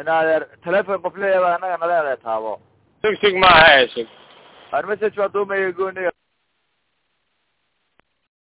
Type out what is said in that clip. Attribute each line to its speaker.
Speaker 1: inaad telefoon qof leeyahay inaga nala eetaabo
Speaker 2: sig sig ma aha sig
Speaker 1: ar message waa duumaya gooniga